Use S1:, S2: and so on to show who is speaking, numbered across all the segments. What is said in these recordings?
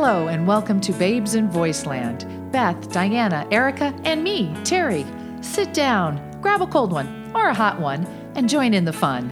S1: welcome to Babes in Voiceland. Beth, Diana, Erica, and me, Terry. Sit down, grab a cold one or a hot one, and join in the fun.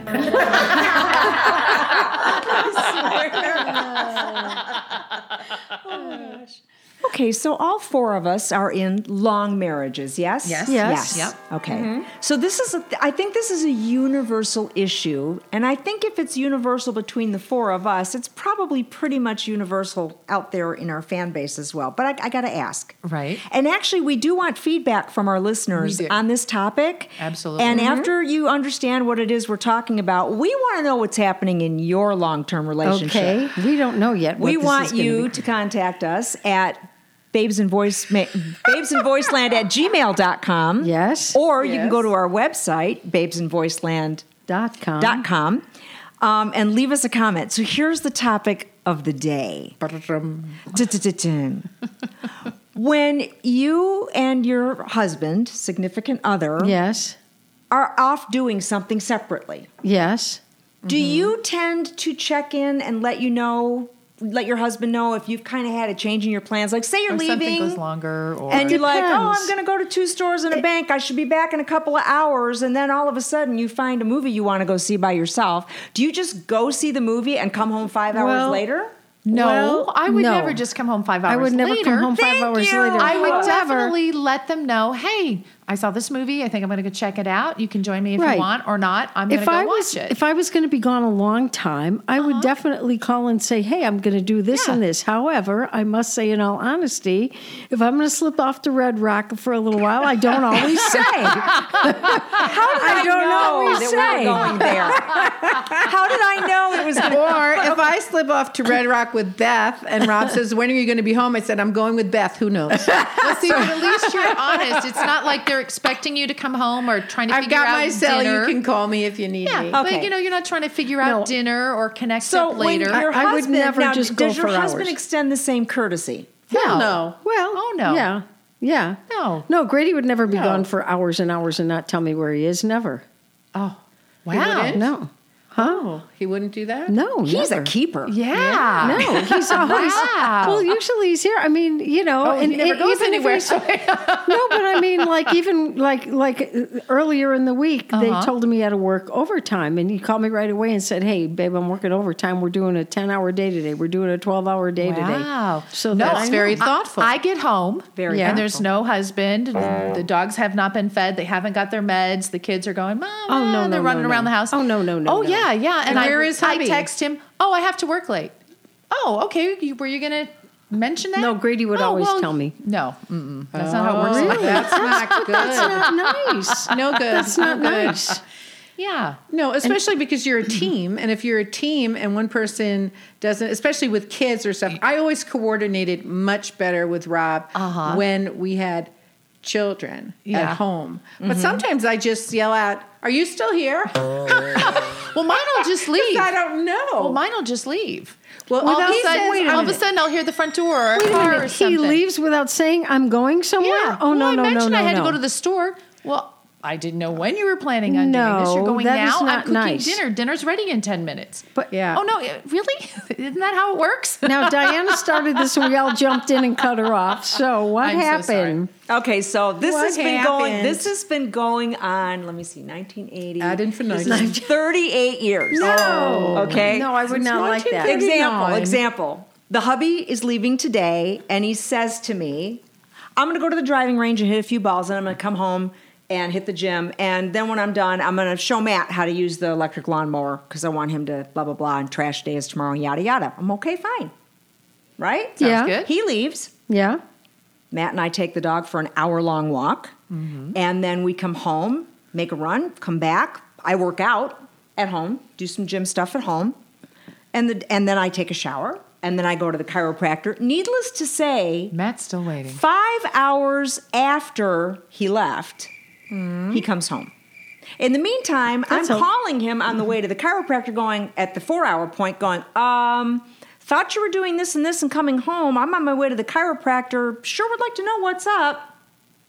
S2: Okay, so all four of us are in long marriages, yes?
S3: Yes.
S1: Yes. Mm-hmm.
S2: Yep. Okay. So this is, a, I think this is a universal issue. And I think if it's universal between the four of us, it's probably pretty much universal out there in our fan base as well. But I, I got to ask.
S1: Right.
S2: And actually, we do want feedback from our listeners
S1: We do.
S2: on this topic.
S1: Absolutely. Mm-hmm.
S2: And after you understand what it is we're talking about, we want to know what's happening in your long term relationship
S3: Okay, we don't know yet. What
S2: we
S3: this
S2: want
S3: is gonna
S2: you
S3: be.
S2: to contact us at babes and voice babes and voiceland at gmail.com
S3: Yes.
S2: or you can go to our website babesandvoiceland.com
S3: dot com.
S2: um, and leave us a comment so here's the topic of the day Dun-dun-dun-dun. when you and your husband significant other
S3: Yes.
S2: are off doing something separately
S3: Yes.
S2: do
S3: Mm-hmm.
S2: you tend to check in and let you know, let your husband know if you've kind of had a change in your plans? Like, say you're
S1: Or
S2: leaving,
S1: something goes longer, or
S2: and you're like, "Oh, I'm
S3: Depends.
S2: going to go to two stores and a bank. I should be back in a couple of hours." And then all of a sudden, you find a movie you want to go see by yourself. Do you just go see the movie and come home five hours
S3: Well,
S2: later?
S1: no,
S3: Well,
S1: I would
S3: no.
S1: never just come home five hours.
S3: I would never
S1: later.
S3: come home five
S2: Thank
S3: hours
S2: you.
S3: later.
S1: I would
S3: However,
S1: definitely let them know, hey, I saw this movie. I think I'm going to go check it out. You can join me if
S3: Right.
S1: you want or not. I'm going to
S3: If
S1: go
S3: I
S1: watch
S3: was
S1: it. Uh-huh.
S3: if I was going to be gone a long time, I would definitely call and say, "Hey, I'm going to do this
S1: Yeah.
S3: and this." However, I must say, in all honesty, if I'm going to slip off to Red Rock for a little while, I don't always say.
S2: How did I,
S3: don't
S2: know
S3: always
S2: that we
S3: say.
S2: were going there? How did I know it was? Gonna-
S4: Or if I slip off to Red Rock with Beth and Rob says, When are you going to be home? I said, I'm going with Beth. Who knows?
S1: Well, see, but at least you're honest. It's not like they're expecting you to come home or trying to
S4: I've
S1: figure
S4: got
S1: out
S4: my cell.
S1: dinner.
S4: You can call me if you need
S1: yeah, Oh.
S4: me.
S1: but
S2: Okay.
S1: you know, you're not trying to figure out
S3: No.
S1: dinner or connect
S2: so
S1: up
S2: when
S1: later.
S2: your
S3: I- I would
S2: husband,
S3: never
S2: now,
S3: just
S2: does
S3: go
S2: your
S3: for
S2: husband
S3: hours.
S2: extend the same courtesy?
S3: No.
S4: no.
S3: Well,
S1: Oh, no.
S3: Yeah. Yeah.
S1: No.
S3: No, Grady would never be gone for hours and hours and not tell me where he is. Never.
S1: oh,
S4: wouldn't?
S1: wow.
S3: No. Huh?
S1: Oh.
S4: He wouldn't do that?
S3: No.
S2: He's
S3: Oh, never.
S2: a keeper.
S1: Yeah.
S3: No, he's always.
S1: Ah. Wow.
S3: Well, usually he's here. I mean, you know, e-,
S4: Oh, he never goes
S3: even if
S4: anywhere,
S3: he's-
S4: so-
S3: no, but I mean, like even like like uh, earlier in the week,
S1: Uh-huh.
S3: they told him he had to work overtime, and he called me right away and said, "Hey, babe, I'm working overtime. We're doing a ten hour day today. We're doing a twelve hour day today."
S1: Wow.
S3: So that's
S1: I
S4: very
S1: know. I-
S4: thoughtful.
S1: I, get home.
S2: Very
S1: And
S2: thoughtful.
S1: there's no husband. The, the dogs have not been fed. They haven't got their meds. The kids are going, Mom.
S3: Oh, no,
S1: Mom,"
S3: no,
S1: They're
S3: no,
S1: running
S3: no.
S1: around the house.
S3: Oh, no, no, no,
S1: Oh,
S3: no.
S1: yeah, yeah. And,
S4: And
S1: I,
S4: where is
S1: I
S4: hubby?
S1: text him, Oh, I have to work late. Oh, okay. You- Were you going to mention that?
S3: No, Grady would
S1: "Oh,
S3: always
S1: well,
S3: tell me. Oh,
S1: No. Mm-mm. That's not how it works.
S3: really?
S4: Oh, That's not
S3: That's
S4: good.
S3: not nice.
S4: No good.
S3: That's not
S4: No good.
S3: nice.
S1: Yeah.
S4: No, especially because you're a team. And if you're a team and one person doesn't, especially with kids or stuff, I always coordinated much better with Rob
S1: Uh-huh.
S4: when we had children
S1: Yeah.
S4: at home. But sometimes I just yell out, Are you still here?
S1: Well, mine will just leave.
S4: I don't know.
S1: Well, mine will just leave.
S4: Well,
S1: all, of a
S4: he
S1: sudden,
S4: says- Wait a
S1: all of a
S4: minute.
S1: sudden, I'll hear the front door or a
S3: Wait a
S1: car or
S3: minute. He
S1: something.
S3: leaves without saying, "I'm going somewhere."
S1: Yeah.
S3: Oh
S1: well,
S3: no, no,
S1: I
S3: no,
S1: mentioned
S3: no,
S1: I had
S3: no.
S1: to go to the store. Well, I didn't know when you were planning on doing this. You're
S3: No,
S1: going
S3: that
S1: now.
S3: is
S1: I'm
S3: not
S1: cooking
S3: nice.
S1: dinner. Dinner's ready in ten minutes.
S3: But-
S4: Yeah.
S1: Oh no, it- really? Isn't that how it works?
S3: Now Diana started this, and we all jumped in and cut her off. So what
S1: I'm so sorry.
S3: happened?
S2: Okay, so this
S4: What
S2: has been going.
S4: happened?
S2: This has been going on. Let me see, 1980.
S4: Ad infinitum.
S2: This is 38 years. No. Okay.
S3: No, I would not like that.
S2: Example.
S4: 39.
S2: Example. The hubby is leaving today, and he says to me, "I'm going to go to the driving range and hit a few balls, and I'm going to come home." And hit the gym, and then when I'm done, I'm gonna show Matt how to use the electric lawnmower because I want him to blah blah blah. And trash day is tomorrow, yada yada. I'm okay, fine, right?
S3: Yeah.
S1: good.
S2: He leaves.
S3: Yeah.
S2: Matt and I take the dog for an hour long walk, and then we come home, make a run, come back. I work out at home, do some gym stuff at home, and the, and then I take a shower, and then I go to the chiropractor. Needless to say,
S1: Matt's still waiting.
S2: five hours after he left, he comes home. In the meantime, I'm calling him on the way to the chiropractor, going at the four hour point, going, um, thought you were doing this and this and coming home. I'm on my way to the chiropractor. Sure would like to know what's up.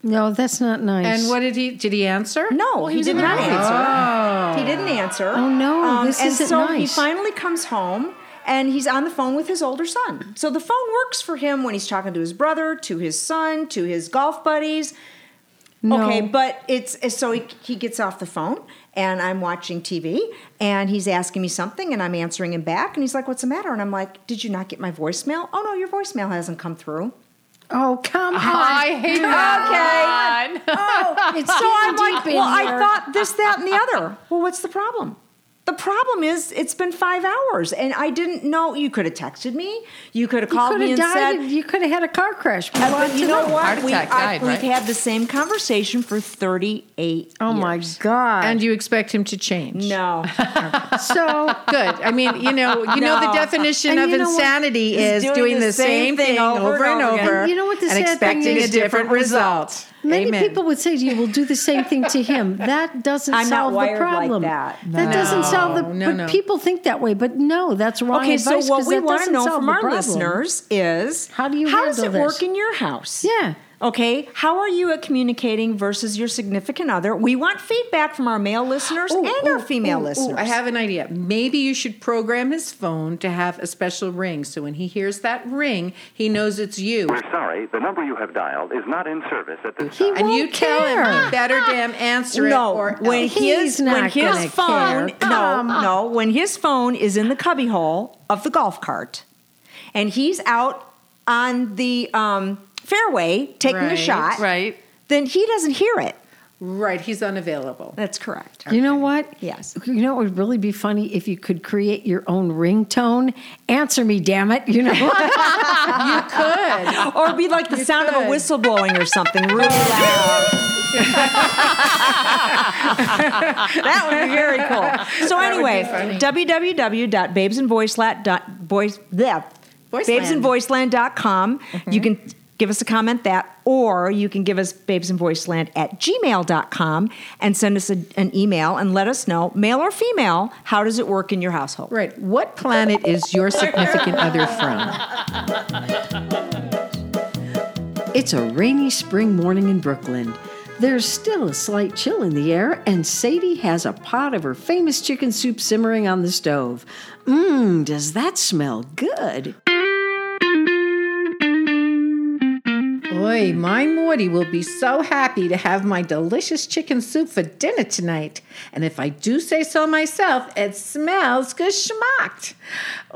S3: No, that's not nice.
S4: And what did he did he answer?
S2: No, he
S1: was
S2: did
S1: in
S2: not
S1: the
S2: answer. He didn't answer.
S3: Oh, no, this
S2: and
S3: isn't
S2: so he
S3: nice.
S2: finally comes home, and he's on the phone with his older son. So the phone works for him when he's talking to his brother, to his son, to his golf buddies.
S3: No.
S2: Okay, but it's it's- so he, he gets off the phone and I'm watching TV and he's asking me something and I'm answering him back and he's like, "What's the matter?" And I'm like, "Did you not get my voicemail? Oh no, your voicemail hasn't come through."
S3: Oh, come on.
S1: I hate that. Okay.
S2: Oh,
S3: It's
S2: so I'm
S3: getting
S2: like,
S3: deep in
S2: well, I
S3: here.
S2: thought this, that, and the other. Well, what's the problem? The problem is it's been five hours and I didn't know. You could have texted me. You could have
S3: You
S2: called
S3: could
S2: me
S3: have
S2: and
S3: died.
S2: said,
S3: and you could have had a car crash. We
S2: Uh,
S3: want
S2: but you
S3: to
S2: know what?
S1: Heart
S2: we,
S1: attack
S2: I-
S1: died,
S2: we've
S1: right?
S2: had the same conversation for 38
S3: Oh my God!
S4: And you expect him to change.
S2: No.
S3: so
S4: Good. I mean, you know, you
S2: No.
S4: know the definition
S3: And
S4: of
S3: you know what?
S4: insanity
S2: He's
S4: is doing, the, same thing over and over,
S2: again.
S3: And you know what the
S4: and
S3: sad thing
S4: expecting
S3: is?
S4: a different result.
S3: many
S4: Amen.
S3: people would say to you, "We'll do the same thing to him." That doesn't
S2: I'm not
S3: solve the
S2: wired like
S3: problem.
S2: that.
S4: No.
S3: doesn't solve the.
S4: No,
S3: but
S4: no.
S3: people think that way, but no, that's wrong.
S2: Okay, so
S3: advice
S2: what
S3: 'cause
S2: we
S3: that
S2: want to
S3: doesn't
S2: know
S3: solve
S2: from
S3: the
S2: our
S3: problem.
S2: listeners is
S3: How do you
S2: how does it
S3: handle
S2: work
S3: this?
S2: in your house?
S3: Yeah.
S2: Okay, how are you at communicating versus your significant other? We want feedback from our male listeners
S4: Ooh,
S2: and our
S4: ooh,
S2: female
S4: ooh, ooh,
S2: listeners.
S4: I have an idea. Maybe you should program his phone to have a special ring. So when he hears that ring, he knows it's you.
S5: We're sorry, the number you have dialed is not in service at this
S3: He
S5: time.
S4: And you
S3: won't
S4: tell him,
S3: care.
S4: you better damn answer it.
S2: no,
S4: or
S2: when
S4: else."
S2: his
S3: He's
S2: when
S3: not
S2: his
S3: gonna
S2: phone no
S3: care. Come
S2: no when his phone is in the cubbyhole of the golf cart, and he's out on the um, fairway taking a
S4: Right,
S2: shot,
S1: right.
S2: Then he doesn't hear it.
S4: right, he's unavailable.
S2: That's correct.
S3: You know what?
S2: Yes.
S3: You know what would really be funny if you could create your own ringtone. Answer me, damn it! You know.
S4: Good.
S2: Or be like the sound of a
S4: could.
S2: whistle blowing or something really loud. that would be very cool. So anyway, www.babesandvoiceland.com. You can give us a comment that, or you can give us babesandvoiceland at gmail.com and send us a, an email and let us know, male or female, how does it work in your household?
S4: Right. What planet is your significant other from?
S3: It's a rainy spring morning in Brooklyn. There's still a slight chill in the air, and Sadie has a pot of her famous chicken soup simmering on the stove. Mmm, does that smell good?
S4: Oi, my Morty will be so happy to have my delicious chicken soup for dinner tonight. And if I do say so myself, it smells good schmacked.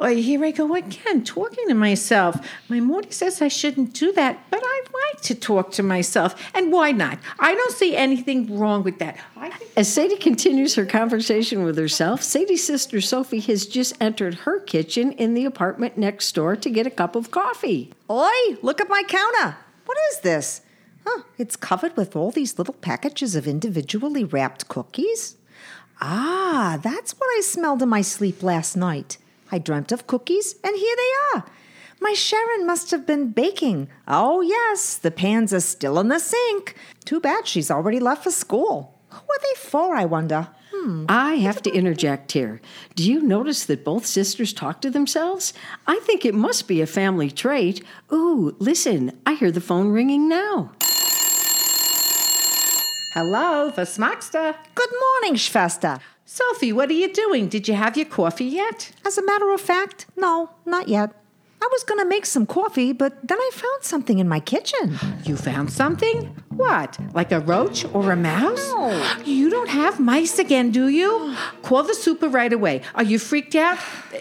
S4: Oi, here I go again, talking to myself. My Morty says I shouldn't do that, but I like to talk to myself. And why not? I don't see anything wrong with that. I think
S3: As Sadie continues her conversation with herself, Sadie's sister Sophie has just entered her kitchen in the apartment next door to get a cup of coffee.
S2: Oi, look at my counter. What is this? Huh, it's covered with all these little packages of individually wrapped cookies. Ah, that's what I smelled in my sleep last night. I dreamt of cookies, and here they are. My Sharon must have been baking. Oh, yes, the pans are still in the sink. Too bad she's already left for school. Who are they for, I wonder? Hmm,
S3: I have to interject here. Do you notice that both sisters talk to themselves? I think it must be a family trait. Ooh, listen, I hear the phone ringing now.
S4: Hello, for Smackster.
S2: Good morning, Schwester.
S4: Sophie, what are you doing? Did you have your coffee yet?
S2: As a matter of fact, no, not yet. I was gonna make some coffee, but then I found something in my kitchen.
S4: You found something? What? Like a roach or a mouse?
S2: No.
S4: You don't have mice again, do you? Call the super right away. Are you freaked out?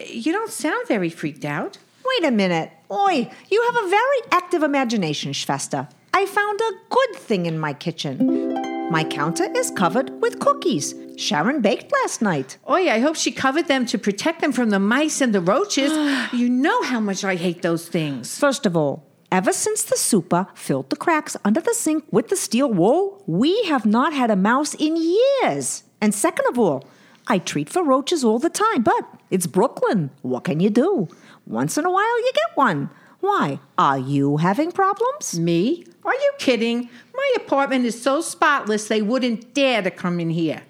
S4: You don't sound very freaked out.
S2: Wait a minute. Oi, you have a very active imagination, Schwester. I found a good thing in my kitchen. My counter is covered with cookies Sharon baked last night.
S4: Oy, Oh, I hope she covered them to protect them from the mice and the roaches. you know how much I hate those things.
S2: First of all, ever since the super filled the cracks under the sink with the steel wool, we have not had a mouse in years. And second of all, I treat for roaches all the time, but it's Brooklyn. What can you do? Once in a while, you get one. Why? Are you having problems?
S4: Me? Are you kidding? My apartment is so spotless they wouldn't dare to come in here.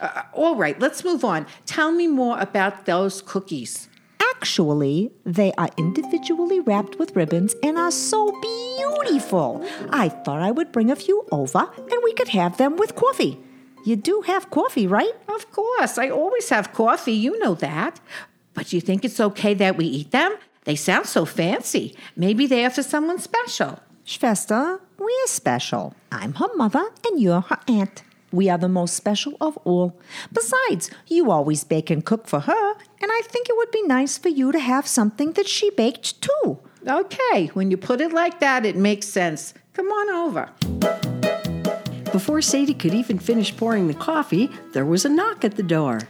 S4: Uh, all right, let's move on. Tell me more about those cookies.
S2: Actually, they are individually wrapped with ribbons and are so beautiful. I thought I would bring a few over and we could have them with coffee. You do have coffee, right?
S4: Of course, I always have coffee, you know that. But you think it's okay that we eat them? They sound so fancy. Maybe they're for someone special.
S2: Schwester, we are special. I'm her mother and you're her aunt. We are the most special of all. Besides, you always bake and cook for her, and I think it would be nice for you to have something that she baked too.
S4: Okay, when you put it like that, it makes sense. Come on over.
S3: Before Sadie could even finish pouring the coffee, there was a knock at the door.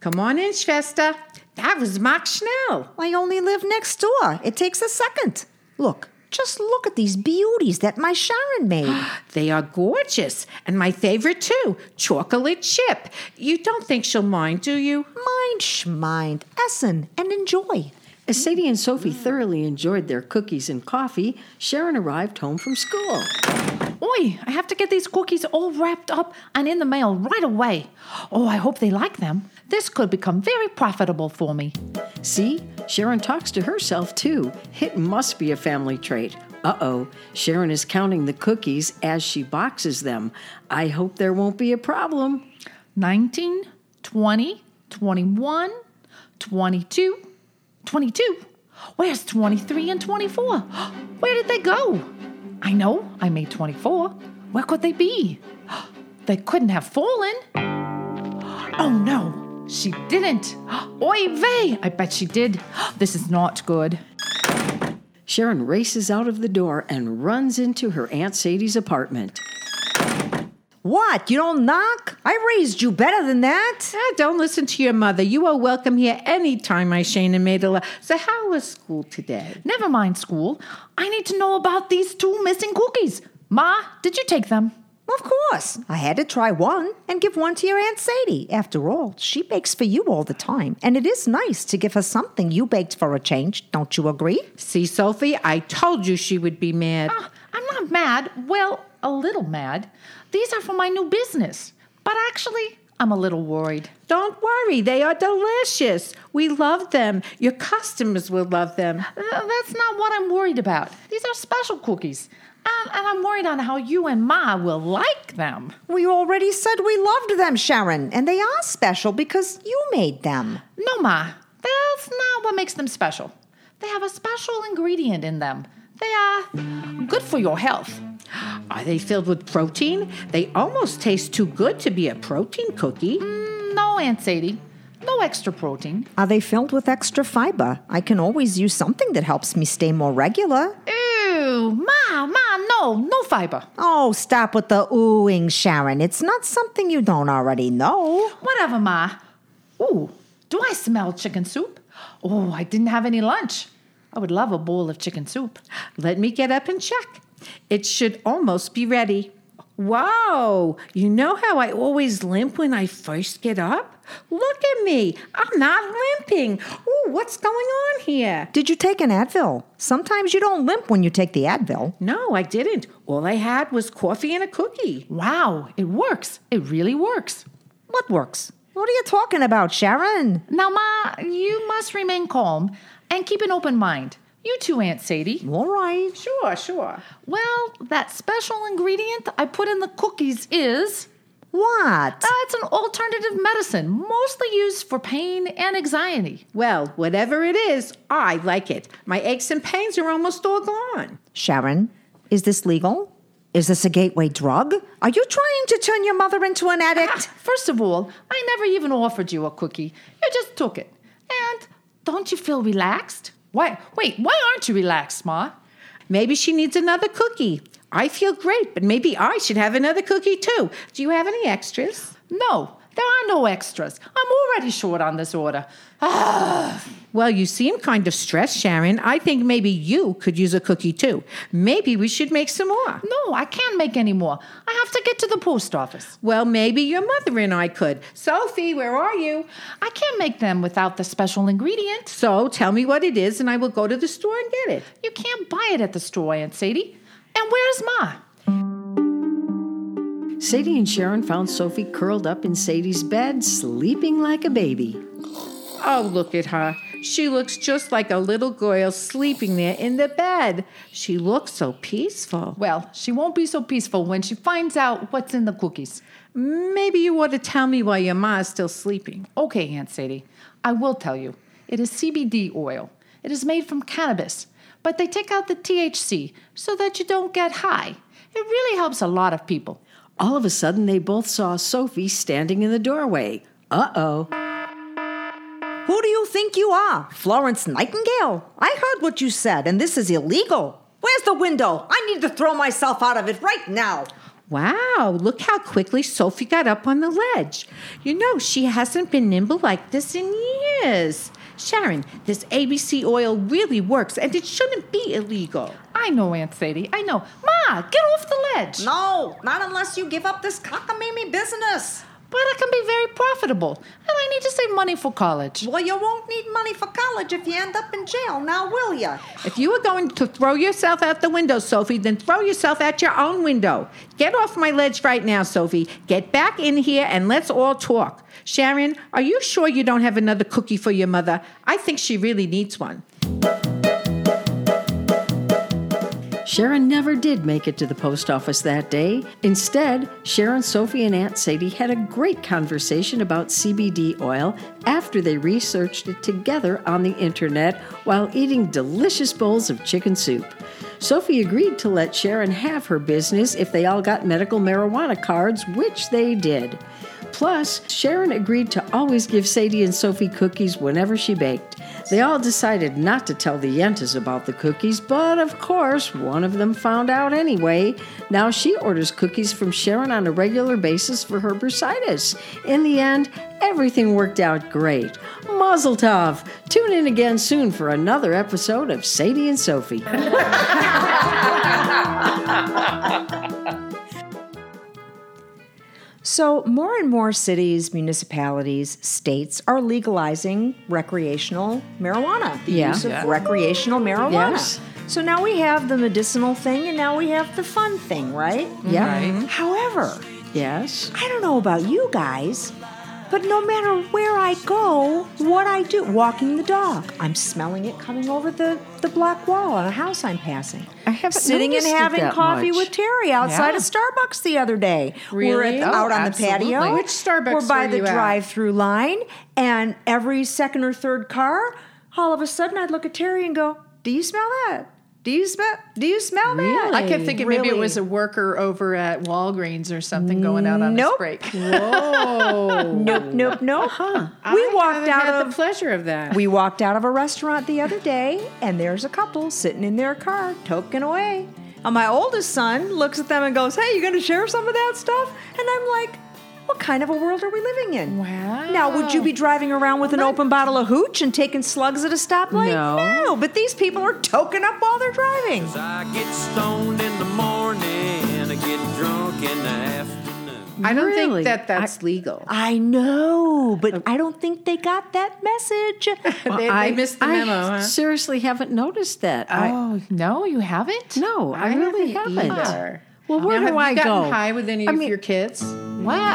S4: Come on in, Schwester. That was Mark Schnell.
S6: I only live next door. It takes a second. Look, just look at these beauties that my Sharon made.
S4: They are gorgeous, and my favorite too, chocolate chip. You don't think she'll mind, do you?
S6: mind, schmind, essen, and enjoy.
S3: As Sadie and Sophie thoroughly enjoyed their cookies and coffee, Sharon arrived home from school.
S1: Oi, I have to get these cookies all wrapped up and in the mail right away. Oh, I hope they like them. This could become very profitable for me.
S3: See, Sharon talks to herself too. It must be a family trait. Uh oh, Sharon is counting the cookies as she boxes them. I hope there won't be a problem.
S1: 19, 20, 21, 22, 22. Where's 23 and 24? Where did they go? I know I made 24. Where could they be? They couldn't have fallen. Oh no, she didn't. Oy vey, I bet she did. This is not good.
S3: Sharon races out of the door and runs into her Aunt Sadie's apartment.
S6: What? You don't knock? I raised you better than that.
S4: Ah, don't listen to your mother. You are welcome here anytime, my Shane and Maidala. So, how was school today?
S1: Never mind school. I need to know about these two missing cookies. Ma, did you take them?
S6: Of course. I had to try one and give one to your Aunt Sadie. After all, she bakes for you all the time, and it is nice to give her something you baked for a change, don't you agree?
S4: See, Sophie, I told you she would be mad.
S1: Ah, I'm not mad. Well, a little mad. These are for my new business. But actually, I'm a little worried.
S4: Don't worry, they are delicious. We love them. Your customers will love them.
S1: Th- Uh, That's not what I'm worried about. These are special cookies. And, and I'm worried on how you and Ma will like them.
S6: We already said we loved them, Sharon, and they are special because you made them.
S1: No, Ma, that's not what makes them special. They have a special ingredient in them. They are good for your health.
S4: Are they filled with protein? They almost taste too good to be a protein cookie.
S1: No, Aunt Sadie, no extra protein.
S6: Are they filled with extra fiber? I can always use something that helps me stay more regular.
S1: Ew, Ma, Ma, no, no fiber.
S6: Oh, stop with the oohing, Sharon. It's not something you don't already know.
S1: Whatever, Ma. Ooh, do I smell chicken soup? Oh, I didn't have any lunch. I would love a bowl of chicken soup.
S4: Let me get up and check. It should almost be ready. Wow, you know how I always limp when I first get up? Look at me, I'm not limping. Ooh, what's going on here?
S6: Did you take an Advil? Sometimes you don't limp when you take the Advil.
S4: No, I didn't. All I had was coffee and a cookie.
S1: Wow, it works. It really works.
S6: What works? What are you talking about, Sharon?
S1: Now, Ma, you must remain calm and keep an open mind. You too, Aunt Sadie.
S6: All right.
S4: Sure, sure.
S1: Well, that special ingredient I put in the cookies is.
S6: What?
S1: Uh, it's an alternative medicine, mostly used for pain and anxiety.
S4: Well, whatever it is, I like it. My aches and pains are almost all gone.
S6: Sharon, is this legal? Is this a gateway drug? Are you trying to turn your mother into an addict?
S1: First of all, I never even offered you a cookie. You just took it. And don't you feel relaxed? Why? Wait, why aren't you relaxed, Ma?
S4: Maybe she needs another cookie. I feel great, but maybe I should have another cookie too. Do you have any extras?
S1: No, there are no extras. I'm already short on this order.
S4: Well, you seem kind of stressed, Sharon. I think maybe you could use a cookie too. Maybe we should make some more.
S1: No, I can't make any more. I have to get to the post office.
S4: Well, maybe your mother and I could. Sophie, where are you?
S1: I can't make them without the special ingredient.
S4: So tell me what it is, and I will go to the store and get it.
S1: You can't buy it at the store, Aunt Sadie. And where's Ma?
S3: Sadie and Sharon found Sophie curled up in Sadie's bed, sleeping like a baby.
S4: Oh, look at her. She looks just like a little girl sleeping there in the bed. She looks so peaceful.
S1: Well, she won't be so peaceful when she finds out what's in the cookies.
S4: Maybe you ought to tell me why your ma is still sleeping.
S1: Okay, Aunt Sadie, I will tell you. It is CBD oil. It is made from cannabis, but they take out the THC so that you don't get high. It really helps a lot of people.
S3: All of a sudden, they both saw Sophie standing in the doorway. Uh oh.
S2: Who do you think you are? Florence Nightingale? I heard what you said, and this is illegal. Where's the window? I need to throw myself out of it right now.
S4: Wow, look how quickly Sophie got up on the ledge. You know, she hasn't been nimble like this in years. Sharon, this ABC oil really works and it shouldn't be illegal.
S1: I know, Aunt Sadie, I know. Ma, get off the ledge.
S2: No, not unless you give up this cockamamie business.
S1: But it can be very profitable, and I need to save money for college.
S2: Well, you won't need money for college if you end up in jail, now will you?
S4: If you were going to throw yourself out the window, Sophie, then throw yourself out your own window. Get off my ledge right now, Sophie. Get back in here and let's all talk. Sharon, are you sure you don't have another cookie for your mother? I think she really needs one.
S3: Sharon never did make it to the post office that day. Instead, Sharon, Sophie, and Aunt Sadie had a great conversation about CBD oil after they researched it together on the internet while eating delicious bowls of chicken soup. Sophie agreed to let Sharon have her business if they all got medical marijuana cards, which they did. Plus, Sharon agreed to always give Sadie and Sophie cookies whenever she baked. They all decided not to tell the Yentas about the cookies, but of course, one of them found out anyway. Now she orders cookies from Sharon on a regular basis for her bursitis. In the end, everything worked out great. Mazel tov! Tune in again soon for another episode of Sadie and Sophie.
S2: So, more and more cities, municipalities, states are legalizing recreational marijuana, the
S3: Yeah.
S2: use of recreational marijuana.
S3: Yes.
S2: So now we have the medicinal thing and now we have the fun thing, right?
S3: Yeah.
S2: However,
S3: Yes.
S2: I don't know about you guys, but no matter where I go, what I do, walking the dog, I'm smelling it coming over the, the block wall on a house I'm passing.
S3: I haven't
S2: sitting and
S3: noticed it
S2: having
S3: that
S2: coffee
S3: much.
S2: with Terry outside
S1: Yeah.
S2: of Starbucks the other day. We were
S4: Really?
S2: at-
S4: Oh,
S2: out on the patio.
S4: absolutely. Which Starbucks
S2: We're by
S4: were
S2: the
S4: you at?
S2: drive-through line, and every second or third car, all of a sudden, I'd look at Terry and go, "Do you smell that? Do you smell? Do you smell that?"
S7: I kept thinking maybe it
S2: Really?
S7: was a worker over at Walgreens or something going out on
S2: Nope.
S7: his break.
S2: Nope, nope, nope. We walked
S4: I
S2: out
S4: had
S2: of
S4: the pleasure of that.
S2: We walked out of a restaurant the other day, and there's a couple sitting in their car, toking away. And my oldest son looks at them and goes, Hey, you gonna share some of that stuff? And I'm like, What kind of a world are we living in? Wow. Now, would you be driving around with an open bottle of hooch and taking slugs at a stoplight?
S3: No.
S2: no but these people are toking up while they're driving.
S8: I get stoned in the morning, I get drunk in the afternoon.
S4: I don't
S3: Really?
S4: think that that's legal.
S2: I know, but I don't think they got that message.
S4: they, they missed the memo,
S3: I
S4: huh?
S3: seriously haven't noticed that. I,
S1: Oh, no, you haven't?
S3: no, I, really
S4: Oh, haven't
S3: haven't.
S4: either.
S3: Well, where
S4: Now,
S3: do
S4: have
S3: I
S4: you gotten
S3: go?
S4: high with any
S3: I
S4: of
S3: mean-
S4: your kids?
S1: Wow.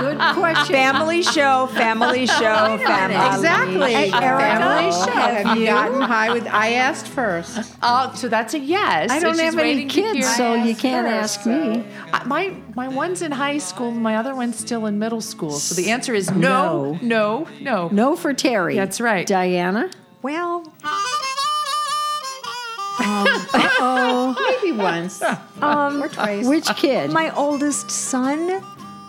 S3: Good question.
S2: Family show, family show, family.
S4: Exactly.
S2: Hey, Erica,
S4: Family show.
S2: have
S4: Have you
S2: you?
S4: gotten high with? I asked first.
S7: Oh, so that's a yes.
S3: I don't
S7: She's
S3: have any
S7: waiting to hear-
S3: kids, so you can't ask me.
S7: I- my my one's in high school, my other one's still in middle school. So the answer is no, no, no.
S3: No for Terry.
S7: That's right.
S3: Diana.
S2: Well,
S4: Maybe once.
S2: um,
S3: Which kid?
S2: my oldest son.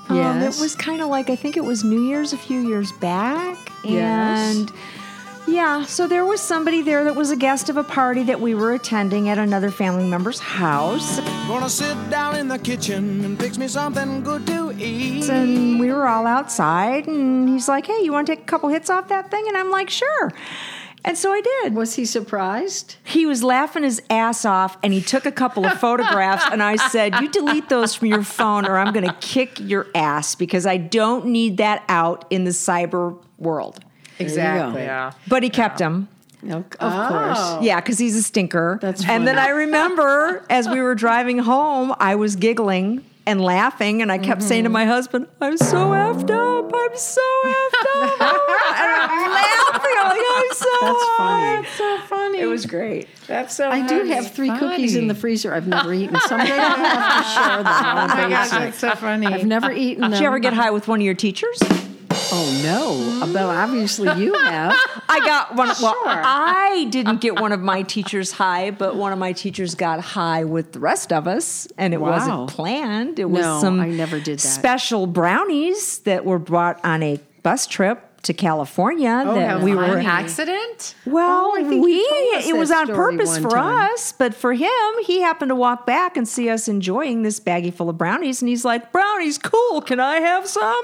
S2: Um,
S3: Yes.
S2: It was kind of like, I think it was New Year's a few years back.
S3: Yes.
S2: And yeah, so there was somebody there that was a guest of a party that we were attending at another family member's house.
S8: Gonna sit down in the kitchen and fix me something good to eat.
S2: And we were all outside, and he's like, Hey, you want to take a couple hits off that thing? And I'm like, Sure. And so I did.
S3: was he surprised?
S2: He was laughing his ass off and he took a couple of photographs and I said, "You delete those from your phone or I'm going to kick your ass because I don't need that out in the cyber world."
S4: Exactly.
S2: But he kept them.
S3: No, Oh, of course.
S2: Yeah, because he's a stinker.
S3: That's
S2: and then I remember as we were driving home, I was giggling and laughing, and I kept
S3: Mm-hmm.
S2: saying to my husband, "I'm so effed up. I'm so effed up. I'm oh, laughing. I'm like, I'm so
S3: That's funny.
S4: so funny. Oh,
S2: It was great.
S4: That's so.
S3: I do have three cookies in the freezer I've never eaten. Someday I'll have to share them. I'll
S4: Oh my
S3: bake
S4: gosh,
S3: it.
S4: that's so funny.
S3: I've never eaten them.
S2: Did you ever get high with one of your teachers?
S3: Oh no! Well, obviously you have.
S2: I got one. Well, I didn't get one of my teachers high, but one of my teachers got high with the rest of us, and it
S3: Wow.
S2: wasn't planned. It was
S3: No,
S2: some
S3: I never did that.
S2: special brownies that were brought on a bus trip to California that
S4: how
S2: we
S9: By
S2: were
S9: an accident?
S2: well,
S3: Oh, I think
S2: we
S3: you told us
S2: it
S3: that
S2: was on
S3: story
S2: purpose
S3: one
S2: for
S3: time.
S2: us, but for him, he happened to walk back and see us enjoying this baggie full of brownies, and he's like, "Brownies, cool. Can I have some?"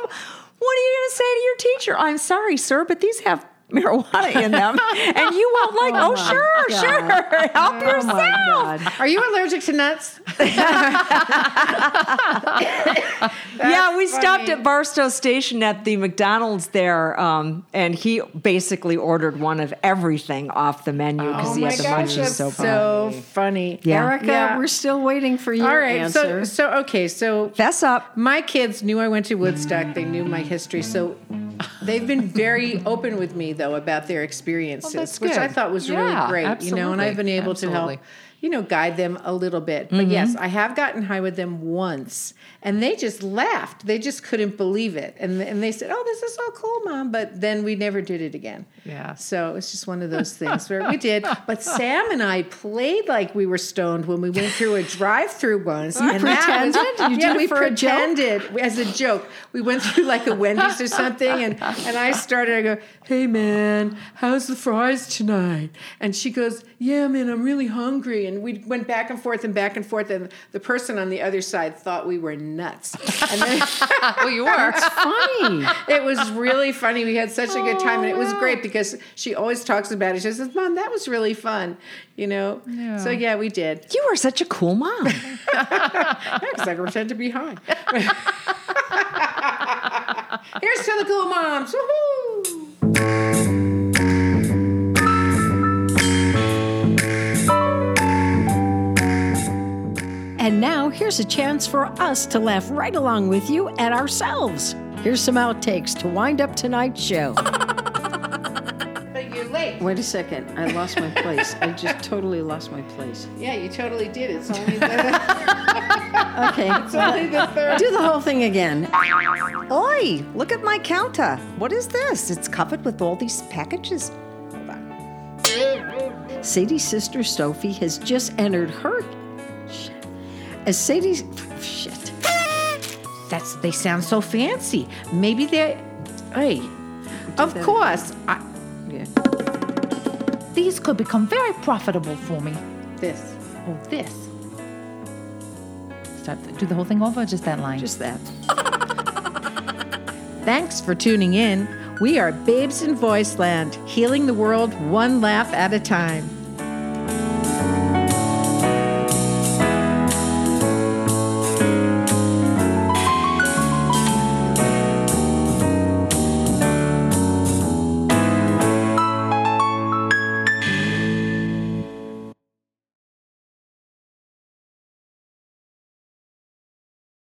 S2: What are you going to say to your teacher? I'm sorry, sir, but these have marijuana in them, and you won't like. Oh, sure, sure,
S3: Oh
S2: help yourself.
S4: Are you allergic to nuts?
S2: yeah, we stopped at Barstow Station at the McDonald's there, um, and he basically ordered one of everything off the menu
S3: Oh
S2: because he had the munchies
S4: Oh that's
S2: so
S4: so
S2: bad.
S4: funny.
S2: Yeah.
S3: Erica,
S4: Yeah.
S3: we're still waiting for your
S4: All right,
S3: answer.
S4: so so okay, so
S2: Fess up.
S4: my kids knew I went to Woodstock. They knew my history, so they've been very open with me though about their experiences,
S9: that's
S4: which I
S9: good.
S4: thought was
S9: Yeah,
S4: really great. You know, and I've been
S9: absolutely,
S4: able to
S9: absolutely. Mm-hmm.
S4: help, you know, guide them a little bit. But yes, I have gotten high with them once, and they just laughed. They just couldn't believe it, and and they said, "Oh, this is so cool, mom." But then we never did it again.
S9: Yeah.
S4: So it's just one of those things where we did. But Sam and I played like we were stoned when we went through a drive-through once. You
S3: pretended? You
S4: yeah,
S3: did it
S4: we
S3: for a joke?
S4: pretended as a joke. We went through like a Wendy's or something, and and I started. I go, "Hey man, how's the fries tonight?" And she goes, "Yeah man, I'm really hungry." And we went back and forth and back and forth, and the person on the other side thought we were nuts. And then,
S9: Well, you were.
S3: funny.
S4: it was really funny. We had such a good time, and it was great because she always talks about it. She says, "Mom, that was really fun," you know. So yeah, we did.
S2: You are such a cool mom.
S4: Because I pretend to be high. Here's to the cool moms. Woohoo!
S3: And now here's a chance for us to laugh right along with you at ourselves. Here's some outtakes to wind up tonight's show.
S4: But you're late.
S3: Wait a second. I lost my place. I just totally lost my place.
S4: Yeah, you totally did. It's only the,
S3: Okay.
S4: it's only the third.
S3: Do the whole thing again.
S2: Oi, look at my counter. What is this? It's covered with all these packages. Hold on.
S3: Sadie's sister Sophie has just entered her. Shit. As Sadie's. Shit.
S1: That's they sound so fancy. Maybe they hey. Of course. I,
S3: Yeah.
S1: these could become very profitable for me.
S4: This.
S1: Oh, this. Start do the whole thing over or just that line?
S3: Just that.
S4: Thanks for tuning in. We are Babes in Voiceland, healing the world one laugh at a time.